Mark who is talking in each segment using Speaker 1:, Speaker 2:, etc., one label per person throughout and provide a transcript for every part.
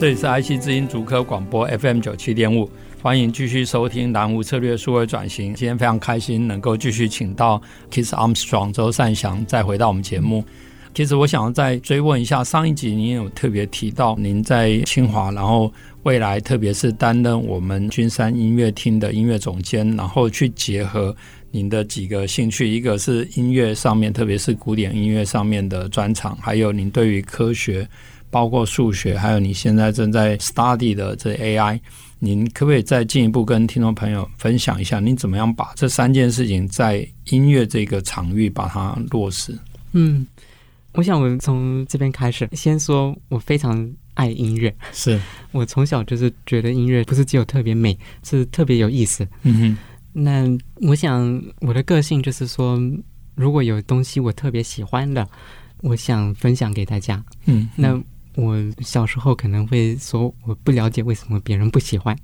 Speaker 1: 这里是 IC 之音竹科广播 FM 九七点五，欢迎继续收听南湖策略数位转型。今天非常开心能够继续请到 Kiss Armstrong 周善祥再回到我们节目。其实我想要再追问一下，上一集您有特别提到您在清华，然后未来特别是担任我们君山音乐厅的音乐总监，然后去结合您的几个兴趣，一个是音乐上面，特别是古典音乐上面的专长，还有您对于科学。包括数学，还有你现在正在 study 的这 AI，您可不可以再进一步跟听众朋友分享一下，您怎么样把这三件事情在音乐这个场域把它落实？
Speaker 2: 嗯，我想我们从这边开始，先说我非常爱音乐，
Speaker 1: 是，
Speaker 2: 我从小就是觉得音乐不是只有特别美，是特别有意思。
Speaker 1: 嗯哼，
Speaker 2: 那我想我的个性就是说，如果有东西我特别喜欢的，我想分享给大家。
Speaker 1: 嗯，
Speaker 2: 那我小时候可能会说我不了解为什么别人不 喜欢，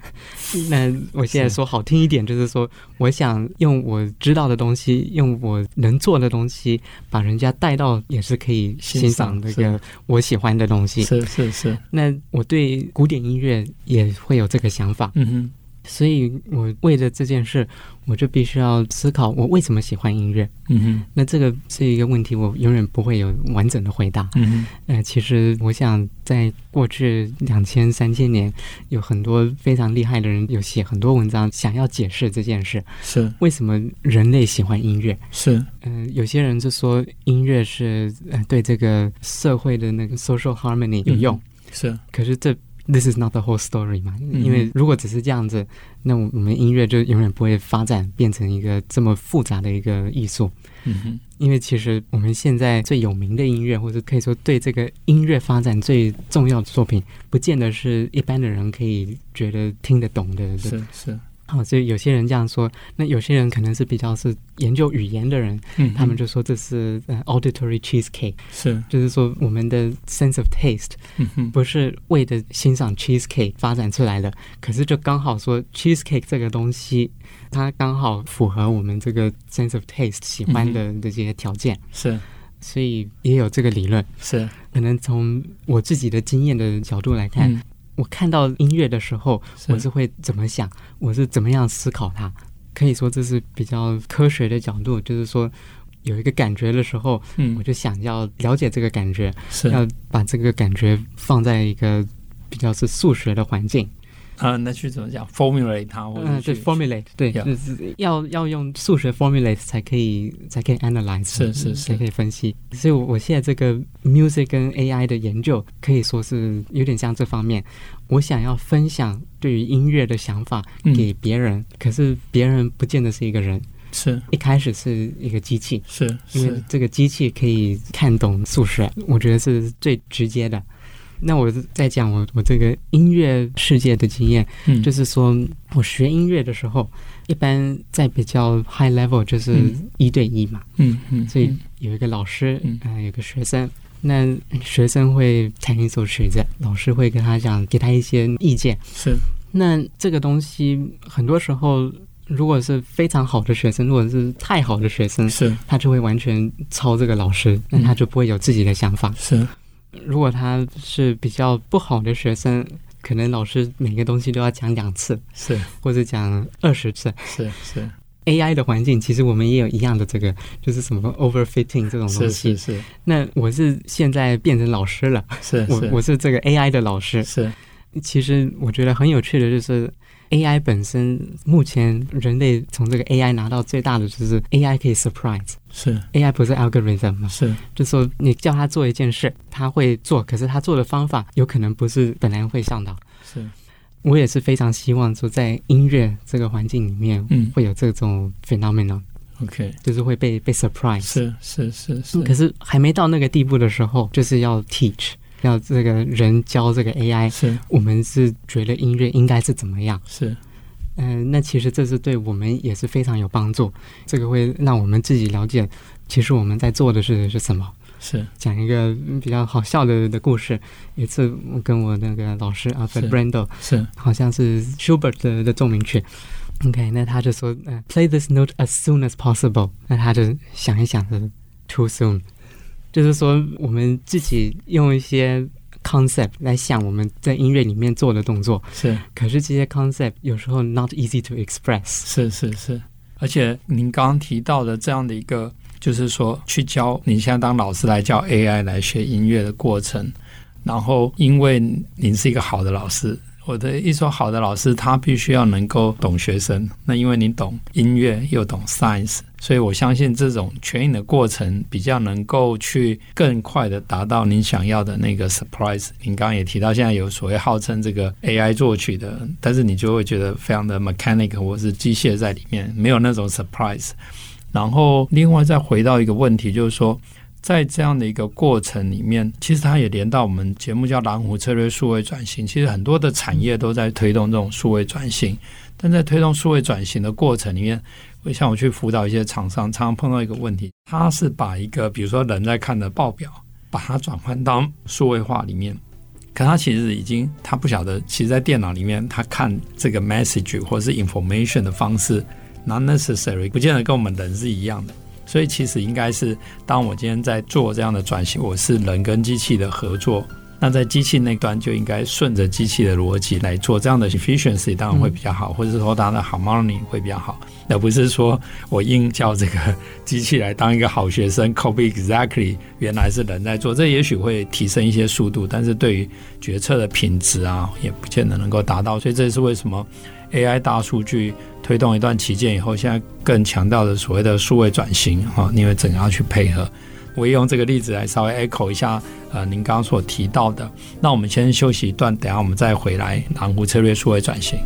Speaker 2: 那我现在说好听一点，就是说我想用我知道的东西，用我能做的东西，把人家带到也是可以欣赏这
Speaker 1: 欣赏
Speaker 2: 个我喜欢的东西。
Speaker 1: 是是是，
Speaker 2: 那我对古典音乐也会有这个想法，
Speaker 1: 嗯哼，
Speaker 2: 所以我为了这件事，我就必须要思考我为什么喜欢音乐。
Speaker 1: 嗯哼，
Speaker 2: 那这个是一个问题，我永远不会有完整的回答。
Speaker 1: 嗯哼，
Speaker 2: 呃，其实我想，在过去两千、三千年，有很多非常厉害的人有写很多文章，想要解释这件事，
Speaker 1: 是
Speaker 2: 为什么人类喜欢音乐。
Speaker 1: 是，
Speaker 2: 嗯、有些人就说音乐是呃对这个社会的那个 social harmony 有用，
Speaker 1: 是
Speaker 2: 可是这 this is not the whole story 嘛，因为
Speaker 1: 嗯嗯
Speaker 2: 如果只是这样子，那我们音乐就永远不会发展变成一个这么复杂的一个艺术。
Speaker 1: 嗯哼，
Speaker 2: 因为其实我们现在最有名的音乐，或者可以说对这个音乐发展最重要的作品，不见得是一般的人可以觉得听得懂的。对
Speaker 1: 是是，
Speaker 2: 好、所以有些人这样说，那有些人可能是比较是研究语言的人，
Speaker 1: 嗯哼，
Speaker 2: 他们就说这是呃 auditory cheesecake，
Speaker 1: 是，
Speaker 2: 就是说我们的 sense of taste
Speaker 1: 嗯哼，
Speaker 2: 不是为了欣赏 cheesecake 发展出来的，可是就刚好说 cheesecake 这个东西，它刚好符合我们这个 sense of taste 喜欢的这些条件。
Speaker 1: 是
Speaker 2: 所以也有这个理论。
Speaker 1: 是，
Speaker 2: 可能从我自己的经验的角度来看，
Speaker 1: 嗯
Speaker 2: 我看到音乐的时候，
Speaker 1: 是
Speaker 2: 哎我是会怎么想，我是怎么样思考它。可以说这是比较科学的角度，就是说有一个感觉的时候，我
Speaker 1: 嗯
Speaker 2: 就想要了解这个感觉，
Speaker 1: 是
Speaker 2: 要把这个感觉放在一个比较是数学的环境，
Speaker 1: 啊，那去怎么讲 formulate 它，或者
Speaker 2: 嗯、对
Speaker 1: 去
Speaker 2: formulate，对
Speaker 1: Yeah
Speaker 2: 就是要要用数学 formulate 才可以才可以 analyze，
Speaker 1: 是
Speaker 2: 嗯
Speaker 1: 是是
Speaker 2: 才可以分析。所以我，我现在这个 music 跟 AI 的研究可以说是有点像这方面。我想要分享对于音乐的想法
Speaker 1: 嗯
Speaker 2: 给别人，可是别人不见得是一个人，
Speaker 1: 是
Speaker 2: 一开始是一个机器，
Speaker 1: 是
Speaker 2: 因为
Speaker 1: 是，
Speaker 2: 这个机器可以看懂数学，我觉得是最直接的。那我在讲我我这个音乐世界的经验，
Speaker 1: 嗯
Speaker 2: 就是说我学音乐的时候，一般在比较 high level 就是
Speaker 1: 嗯
Speaker 2: 一对一嘛，
Speaker 1: 嗯嗯，
Speaker 2: 所以
Speaker 1: 嗯
Speaker 2: 有一个老师，
Speaker 1: 嗯
Speaker 2: 嗯、有个学生，那学生会弹一首曲子，老师会跟他讲，给他一些意见。
Speaker 1: 是
Speaker 2: 那这个东西很多时候，如果是非常好的学生，如果是太好的学生，
Speaker 1: 是
Speaker 2: 他就会完全抄这个老师，那
Speaker 1: 嗯
Speaker 2: 他就不会有自己的想法。
Speaker 1: 是，
Speaker 2: 如果他是比较不好的学生，可能老师每个东西都要讲两次，
Speaker 1: 是
Speaker 2: 或者讲二十次。
Speaker 1: 是 是
Speaker 2: AI 的环境，其实我们也有一样的这个，就是什么 overfitting 这种东
Speaker 1: 是
Speaker 2: 西。
Speaker 1: 是是
Speaker 2: 那我是现在变成老师了，
Speaker 1: 是，
Speaker 2: 我我是这个 AI 的老师。
Speaker 1: 是
Speaker 2: 其实我觉得很有趣的就是，AI 本身目前人类从这个 AI 拿到最大的就是 AI 可以 surprise。
Speaker 1: 是
Speaker 2: AI 不是 algorithm 嘛，
Speaker 1: 是
Speaker 2: 就说你叫他做一件事，他会做，可是他做的方法有可能不是本来会上的。
Speaker 1: 是，
Speaker 2: 我也是非常希望说，在音乐这个环境里面
Speaker 1: 嗯
Speaker 2: 会有这种 phenomenon。
Speaker 1: OK，
Speaker 2: 就是会被被 surprise。嗯
Speaker 1: 是是是
Speaker 2: 可
Speaker 1: 是，
Speaker 2: 是还没到那个地步的时候，就是要 teach，要这个人教这个 AI，
Speaker 1: 是
Speaker 2: 我们是觉得音乐应该是怎么样。
Speaker 1: 是
Speaker 2: 嗯、那其实这是对我们也是非常有帮助，这个会让我们自己了解，其实我们在做的是是什么。
Speaker 1: 是
Speaker 2: 讲一个比较好笑的的故事，有一次我跟我那个老师啊
Speaker 1: 是
Speaker 2: Brando，
Speaker 1: 是
Speaker 2: 好像是 Schubert 的的奏鸣曲。OK，那他就说，呃，play this note as soon as possible。那他就想一想是 too soon，就是说我们自己用一些 concept 来想我们在音乐里面做的动作，
Speaker 1: 是
Speaker 2: 可是这些 concept 有时候 not easy to express。
Speaker 1: 是是是，而且您刚刚提到的这样的一个，就是说去教你现在当老师来教 AI 来学音乐的过程，然后因为您是一个好的老师。我的一说好的老师，他必须要能够懂学生。那因为你懂音乐又懂 science，所以我相信这种全影的过程比较能够去更快的达到您想要的那个 surprise。您刚刚也提到，现在有所谓号称这个 AI 作曲的，但是你就会觉得非常的 mechanic 或是机械在里面，没有那种 surprise。然后另外再回到一个问题，就是说。在这样的一个过程里面，其实它也连到我们节目叫“蓝湖策略数位转型”。其实很多的产业都在推动这种数位转型，但在推动数位转型的过程里面，我像我去辅导一些厂商，常常碰到一个问题，他是把一个比如说人在看的报表，把它转换到数位化里面，可他其实已经他不晓得，其实，在电脑里面他看这个 message 或是 information 的方式，not necessary，不见得跟我们人是一样的。所以其实应该是，当我今天在做这样的转型，我是人跟机器的合作。那在机器那端就应该顺着机器的逻辑来做，这样的 efficiency 当然会比较好，或者是说它的 harmony 会比较好，而不是说我硬叫这个机器来当一个好学生 copy exactly 原来是人在做，这也许会提升一些速度，但是对于决策的品质啊，也不见得能够达到。所以这也是为什么 AI 大数据推动一段期间以后，现在更强调的所谓的数位转型哈、因为整个要去配合。我也用这个例子来稍微 echo 一下，呃，您刚刚所提到的。那我们先休息一段，等一下我们再回来南湖策略数位转型。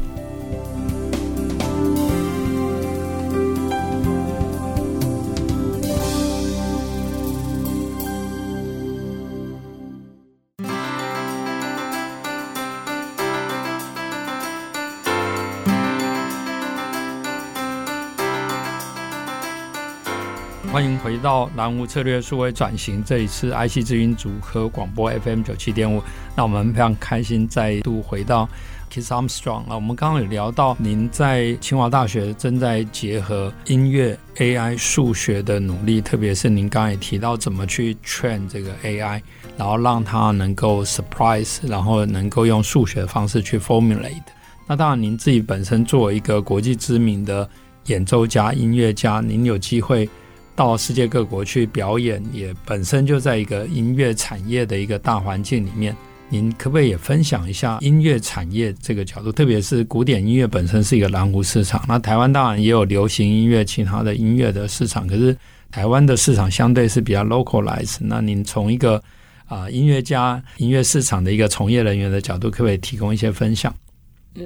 Speaker 1: 欢迎回到南无策略数位转型，这里是 IC 之音组合广播 FM 九七点五。那我们非常开心再度回到 Kiss Armstrong 啊，我们刚刚有聊到您在清华大学正在结合音乐、AI、数学的努力，特别是您刚刚也提到怎么去 train 这个 AI，然后让它能够 surprise，然后能够用数学的方式去 formulate。那当然，您自己本身作为一个国际知名的演奏家、音乐家，您有机会到世界各国去表演，也本身就在一个音乐产业的一个大环境里面。您可不可以也分享一下音乐产业这个角度？特别是古典音乐本身是一个蓝湖市场，那台湾当然也有流行音乐、其他的音乐的市场，可是台湾的市场相对是比较 localize。那您从一个啊、音乐家、音乐市场的一个从业人员的角度，可不可以提供一些分享？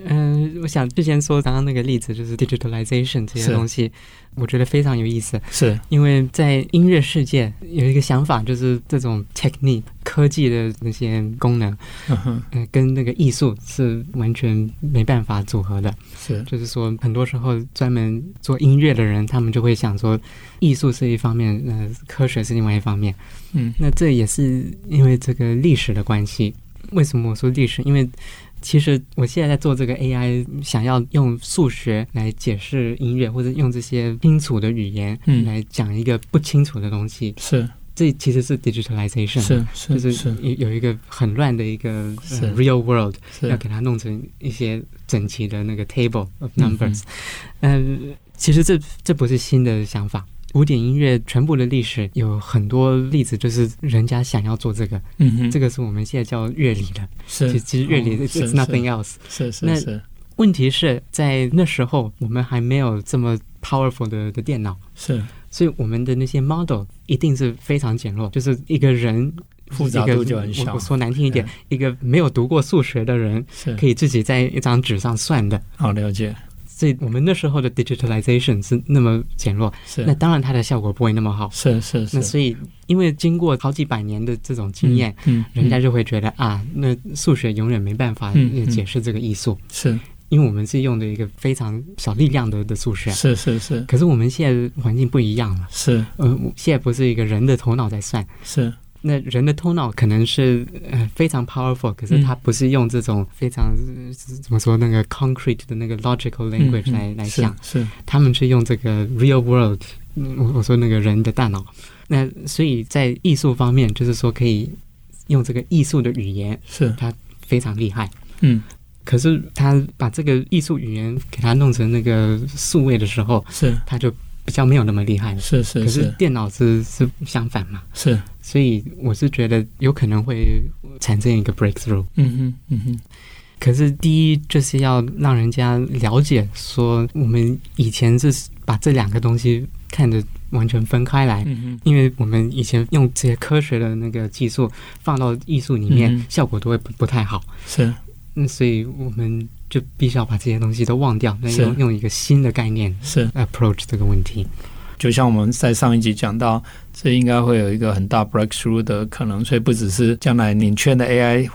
Speaker 2: 嗯、我想之前说刚刚那个例子就是 digitalization 这
Speaker 1: 是
Speaker 2: 些东西，我觉得非常有意思。
Speaker 1: 是
Speaker 2: 因为在音乐世界有一个想法，就是这种 technique 科技的那些功能，
Speaker 1: 嗯哼，
Speaker 2: 呃，跟那个艺术是完全没办法组合的。
Speaker 1: 是
Speaker 2: 就是说，很多时候专门做音乐的人，他们就会想说，艺术是一方面，呃，科学是另外一方面。
Speaker 1: 嗯
Speaker 2: 那这也是因为这个历史的关系。为什么我说历史？因为其实我现在在做这个 AI，想要用数学来解释音乐，或者用这些清楚的语言
Speaker 1: 嗯
Speaker 2: 来讲一个不清楚的东西，
Speaker 1: 是
Speaker 2: 这其实是 digitalization，
Speaker 1: 是
Speaker 2: 就是是
Speaker 1: 是
Speaker 2: 有有一个很乱的一个、呃
Speaker 1: 是
Speaker 2: real world，要
Speaker 1: 是
Speaker 2: 给它弄成一些整齐的那个 table
Speaker 1: 嗯
Speaker 2: of numbers。嗯、其实这这不是新的想法。古典音乐全部的历史有很多例子，就是人家想要做这个，
Speaker 1: 嗯哼，
Speaker 2: 这个是我们现在叫乐理的。
Speaker 1: 是
Speaker 2: 其其实乐理
Speaker 1: 哦
Speaker 2: it's
Speaker 1: 是
Speaker 2: nothing else。
Speaker 1: 是是
Speaker 2: 那
Speaker 1: 是是
Speaker 2: 问题是在那时候我们还没有这么 powerful 的的电脑，
Speaker 1: 是
Speaker 2: 所以我们的那些 model 一定是非常简陋，就是一个人
Speaker 1: 复杂度
Speaker 2: 一个
Speaker 1: 就很小
Speaker 2: 我我说难听一点，一个没有读过数学的人
Speaker 1: 是哦
Speaker 2: 可以自己在一张纸上算的。
Speaker 1: 好了解，
Speaker 2: 所以我们那时候的 digitalization 是那么减弱，
Speaker 1: 是
Speaker 2: 那当然它的效果不会那么好。
Speaker 1: 是是是，
Speaker 2: 那所以，因为经过好几百年的这种经验，
Speaker 1: 嗯，嗯
Speaker 2: 人家就会觉得啊，那数学永远没办法
Speaker 1: 嗯嗯
Speaker 2: 解释这个艺术，
Speaker 1: 是
Speaker 2: 因为我们是用的一个非常小力量的的数学。
Speaker 1: 是是是
Speaker 2: 可是我们现在环境不一样了，
Speaker 1: 是
Speaker 2: 呃，现在不是一个人的头脑在算，
Speaker 1: 是
Speaker 2: 那人的头脑可能是呃非常 powerful，可是
Speaker 1: 嗯
Speaker 2: 它不是用这种非常、呃怎么说那个 concrete 的那个
Speaker 1: 嗯
Speaker 2: logical language
Speaker 1: 嗯
Speaker 2: 来、来
Speaker 1: 是
Speaker 2: 想，
Speaker 1: 是
Speaker 2: 他们是用这个 real world，嗯我我说那个人的大脑。那所以在艺术方面，就是说可以用这个艺术的语言，
Speaker 1: 是，
Speaker 2: 非常厉害。
Speaker 1: 嗯
Speaker 2: 可是他把这个艺术语言给它弄成那个数位的时候，
Speaker 1: 是
Speaker 2: 他就比较没有那么厉害了。
Speaker 1: 是是
Speaker 2: 可是
Speaker 1: 是
Speaker 2: 电脑是是相反嘛，
Speaker 1: 是，
Speaker 2: 所以我是觉得有可能会产生一个 breakthrough。
Speaker 1: 嗯哼嗯哼，
Speaker 2: 可是第一就是要让人家了解，说我们以前是把这两个东西看得完全分开来，
Speaker 1: 嗯哼
Speaker 2: 因为我们以前用这些科学的那个技术放到艺术里面，
Speaker 1: 嗯
Speaker 2: 效果都会不不太好。
Speaker 1: 是
Speaker 2: 那所以我们就必须要把这些东西都忘掉，那
Speaker 1: 是
Speaker 2: 用用一个新的概念
Speaker 1: 是。
Speaker 2: approach 这个问题。
Speaker 1: 就像我们在上一集讲到，这应该会有一个很大 breakthrough 的可能，所以不只是将来你圈的 AI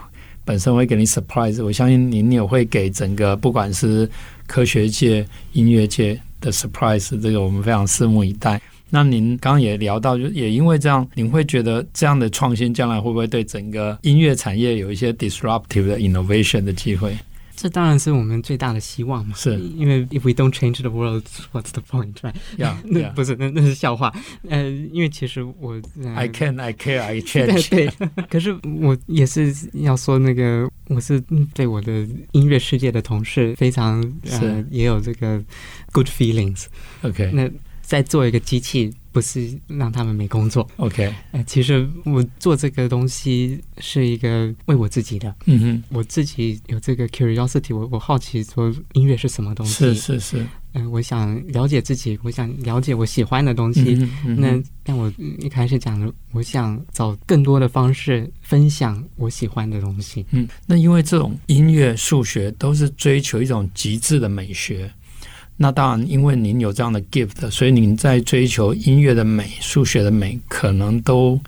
Speaker 1: 本身会给你 surprise，我相信您也会给整个不管是科学界、音乐界的 surprise，这个我们非常拭目以待。那您刚刚也聊到，就也因为这样，您会觉得这样的创新将来会不会对整个音乐产业有一些 disruptive 的 innovation 的机会？
Speaker 2: 这当然是我们最大的希望嘛，
Speaker 1: 是
Speaker 2: 因为 if we don't change the world, what's the point, right？
Speaker 1: 呀、
Speaker 2: 那
Speaker 1: yeah,
Speaker 2: 不是，那那是笑话。呃，因为其实我、呃、
Speaker 1: I can, I care, I
Speaker 2: 对
Speaker 1: change。
Speaker 2: 对， 可是我也是要说那个，我是嗯对我的音乐世界的同事非常呃
Speaker 1: 是
Speaker 2: 也有这个 good feelings。
Speaker 1: OK,
Speaker 2: 那在做一个机器，不是让他们没工作。
Speaker 1: OK，
Speaker 2: 呃，其实我做这个东西是一个为我自己的，
Speaker 1: 嗯哼，
Speaker 2: 我自己有这个 curiosity，我我好奇说音乐是什么东西，
Speaker 1: 是是是，
Speaker 2: 嗯、我想了解自己，我想了解我喜欢的东西。
Speaker 1: 嗯哼嗯哼
Speaker 2: 那像我嗯一开始讲的，我想找更多的方式分享我喜欢的东西。
Speaker 1: 嗯，那因为这种音乐、数学都是追求一种极致的美学。那当然，因为您有这样的 gift，所以您在追求音乐的美、数学的美，可能都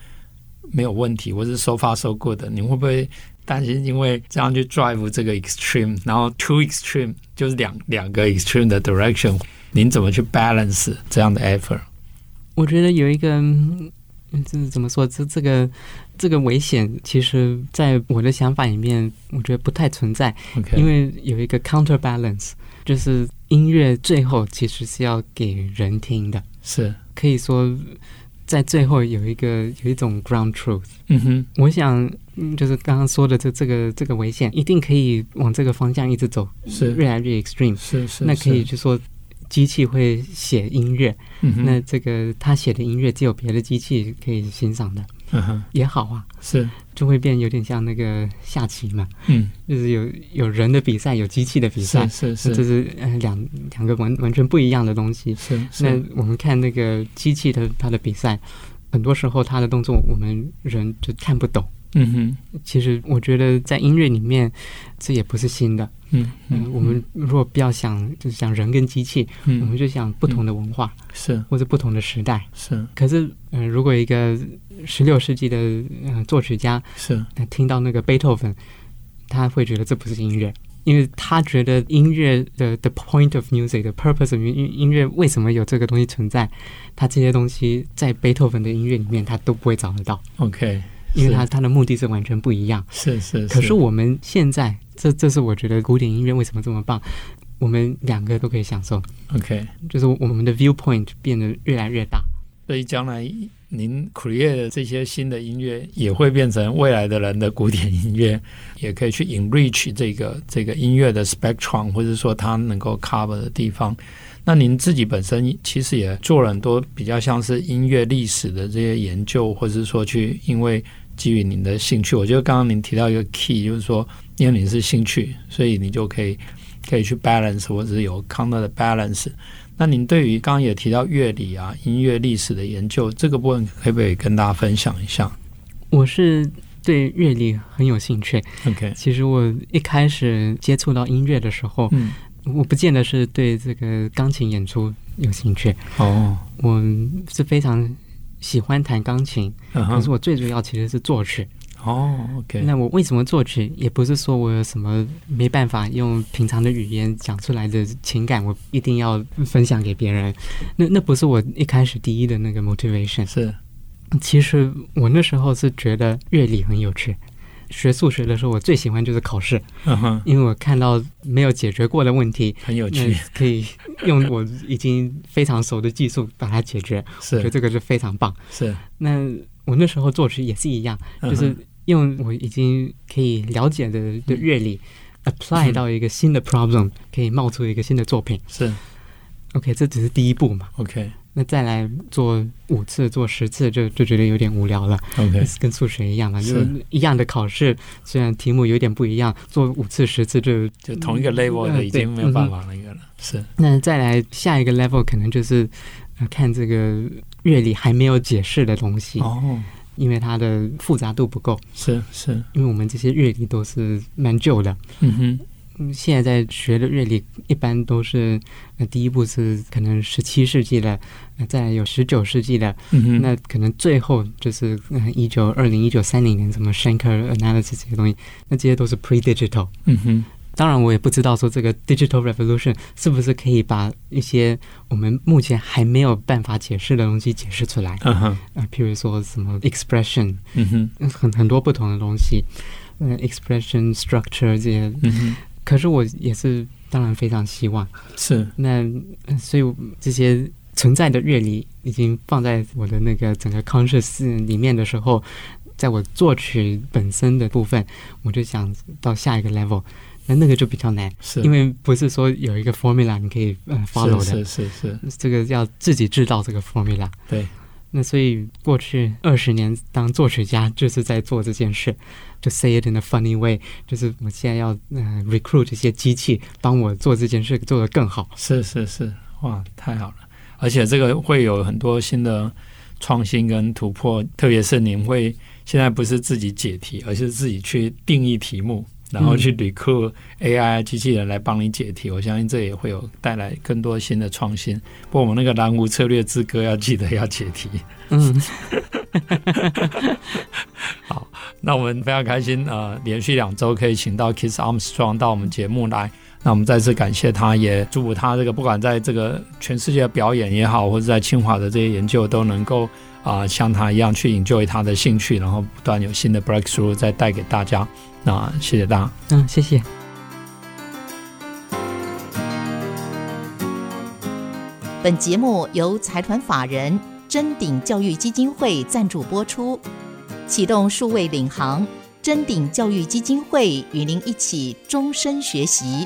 Speaker 1: 没有问题，或是 so far so good 的。您会不会担心因为这样去 drive 这个 extreme，然后 too extreme 就是两两个 extreme 的 direction，您怎么去 balance 这样的 effort？
Speaker 2: 我觉得有一个，嗯，这怎么说？这这个这个危险，其实在我的想法里面，我觉得不太存在，
Speaker 1: OK，
Speaker 2: 因为有一个 counterbalance，就是音乐最后其实是要给人听的，
Speaker 1: 是，
Speaker 2: 可以说在最后有一个有一种 ground truth。
Speaker 1: 嗯哼，
Speaker 2: 我想，嗯，就是刚刚说的这这个这个危险，一定可以往这个方向一直走，
Speaker 1: 是
Speaker 2: 越来越 extreme。
Speaker 1: 是是，
Speaker 2: 那可以
Speaker 1: 是，
Speaker 2: 就说，机器会写音乐，
Speaker 1: 嗯哼，
Speaker 2: 那这个他写的音乐只有别的机器可以欣赏的，
Speaker 1: 嗯哼，
Speaker 2: 也好啊，
Speaker 1: 是，
Speaker 2: 就会变有点像那个下棋嘛，
Speaker 1: 嗯，
Speaker 2: 就是有有人的比赛，有机器的比赛
Speaker 1: 是，是是
Speaker 2: 这这是呃两两个完完全不一样的东西。
Speaker 1: 是是
Speaker 2: 那我们看那个机器的它的比赛，很多时候它的动作我们人就看不懂。
Speaker 1: 嗯哼，
Speaker 2: 其实我觉得在音乐里面，这也不是新的。
Speaker 1: 嗯
Speaker 2: 嗯、我们如果不要想，就是想人跟机器，我们
Speaker 1: 嗯
Speaker 2: 就想不同的文化、
Speaker 1: 是
Speaker 2: 或者不同的时代。
Speaker 1: 是
Speaker 2: 可是，呃，如果一个十六世纪的呃作曲家，
Speaker 1: 是
Speaker 2: 他听到那个贝多芬，他会觉得这不是音乐。因为他觉得音乐的 the point of music 的 purpose of mu- 音音乐为什么有这个东西存在，他这些东西在贝多芬的音乐里面他都不会找得到，
Speaker 1: OK，
Speaker 2: 因为他他的目的是完全不一样。
Speaker 1: 是是，
Speaker 2: 可是我们现在，这这是我觉得古典音乐为什么这么棒，我们两个都可以享受，
Speaker 1: OK，
Speaker 2: 就是我们的 viewpoint 变得越来越大。
Speaker 1: 所以将来您 create 的这些新的音乐也会变成未来的人的古典音乐， 也可以去 enrich 这个这个音乐的 spectrum，或者说它能够 cover 的地方。那您自己本身其实也做了很多比较像是音乐历史的这些研究，或者是说去因为基于您的兴趣，我觉得刚刚您提到一个 key，就是说因为你是兴趣，所以你就可以可以去 balance 或者是有 counter 的 balance。那您对于刚刚也提到乐理啊、音乐历史的研究这个部分，可不可以跟大家分享一下
Speaker 2: 我是对乐理很有兴趣，
Speaker 1: ？OK，
Speaker 2: 其实我一开始接触到音乐的时候，
Speaker 1: 嗯
Speaker 2: 我不见得是对这个钢琴演出有兴趣，
Speaker 1: 哦，
Speaker 2: 我是非常喜欢弹钢琴，
Speaker 1: 嗯
Speaker 2: 可是
Speaker 1: 哼，
Speaker 2: 我最主要其实是作曲。
Speaker 1: 哦，OK，
Speaker 2: 那我为什么作曲？也不是说我有什么没办法用平常的语言讲出来的情感，我一定要分享给别人。那那不是我一开始第一的那个 motivation。
Speaker 1: 是
Speaker 2: 其实我那时候是觉得乐理很有趣。学数学的时候，我最喜欢就是考试，
Speaker 1: 嗯哼，
Speaker 2: 因为我看到没有解决过的问题，
Speaker 1: 很有
Speaker 2: 那
Speaker 1: 趣，
Speaker 2: 可以用我已经非常熟的技术把它解决，我觉得
Speaker 1: 是
Speaker 2: 这个是非常棒。
Speaker 1: 是，嗯
Speaker 2: 那我那时候作曲也是一样，就是用我已经可以了解的的乐理、apply 到一个新的 problem，可以冒出一个新的作品。
Speaker 1: 是
Speaker 2: OK，这只是第一步嘛。
Speaker 1: OK
Speaker 2: 那再来做五次、做十次，就就觉得有点无聊了，
Speaker 1: OK
Speaker 2: 跟数学一样嘛，就是一样的考试，虽然题目有点不一样，做五次、十次就
Speaker 1: 就同一个 level
Speaker 2: 嗯
Speaker 1: 的
Speaker 2: 对
Speaker 1: 已经没有办法那个了，是
Speaker 2: 那再来下一个 level，可能就是、呃、看这个乐理还没有解释的东西，
Speaker 1: 哦，
Speaker 2: 因为它的复杂度不够，
Speaker 1: 是是，
Speaker 2: 因为我们这些乐理都是蛮旧的，
Speaker 1: 嗯哼，
Speaker 2: 嗯，现在在学的乐理一般都是，呃，第一步是可能十七世纪的，呃，再来有十九世纪的，
Speaker 1: 嗯哼，
Speaker 2: 那可能最后就是嗯一九二零一九三零年什么 Schenker analysis 这些东西，那这些都是 pre digital。
Speaker 1: 嗯哼，
Speaker 2: 当然，我也不知道说这个 digital revolution 是不是可以把一些我们目前还没有办法解释的东西解释出来啊、
Speaker 1: 嗯哼，
Speaker 2: 呃譬如说什么 expression，
Speaker 1: 嗯哼，
Speaker 2: 嗯很很多不同的东西，嗯、e x p r e s s i o n structure 这些
Speaker 1: 嗯哼，
Speaker 2: 可是我也是当然非常希望，
Speaker 1: 是
Speaker 2: 那呃所以我这些存在的乐理已经放在我的那个整个 conscious 里面的时候，在我作曲本身的部分，我就想到下一个 level，那那个就比较难，
Speaker 1: 是，
Speaker 2: 因为不是说有一个 formula 你可以呃 follow 的，
Speaker 1: 是是是是，
Speaker 2: 这个要自己制造这个 formula。
Speaker 1: 对，
Speaker 2: 那所以过去二十年当作曲家就是在做这件事，就 say it in a funny way，就是我现在要呃 recruit 这些机器帮我做这件事做得更好。
Speaker 1: 是是是，哇，太好了！而且这个会有很多新的创新跟突破，特别是您会现在不是自己解题，而是自己去定义题目，然后去 recruit AI 机器人来帮你解题。我相信这也会有带来更多新的创新。不过我们那个蓝湖策略之歌要记得要解题。
Speaker 2: 嗯，
Speaker 1: 那我们非常开心，呃，连续两周可以请到 Kiss Armstrong 到我们节目来。那我们再次感谢他，也祝福他这个不管在这个全世界的表演也好，或者在清华的这些研究，都能够啊、像他一样去 enjoy 他的兴趣，然后不断有新的 breakthrough 再带给大家。那谢谢大家。
Speaker 2: 嗯，谢谢。
Speaker 3: 本节目由财团法人真鼎教育基金会赞助播出，启动数位领航，真鼎教育基金会与您一起终身学习。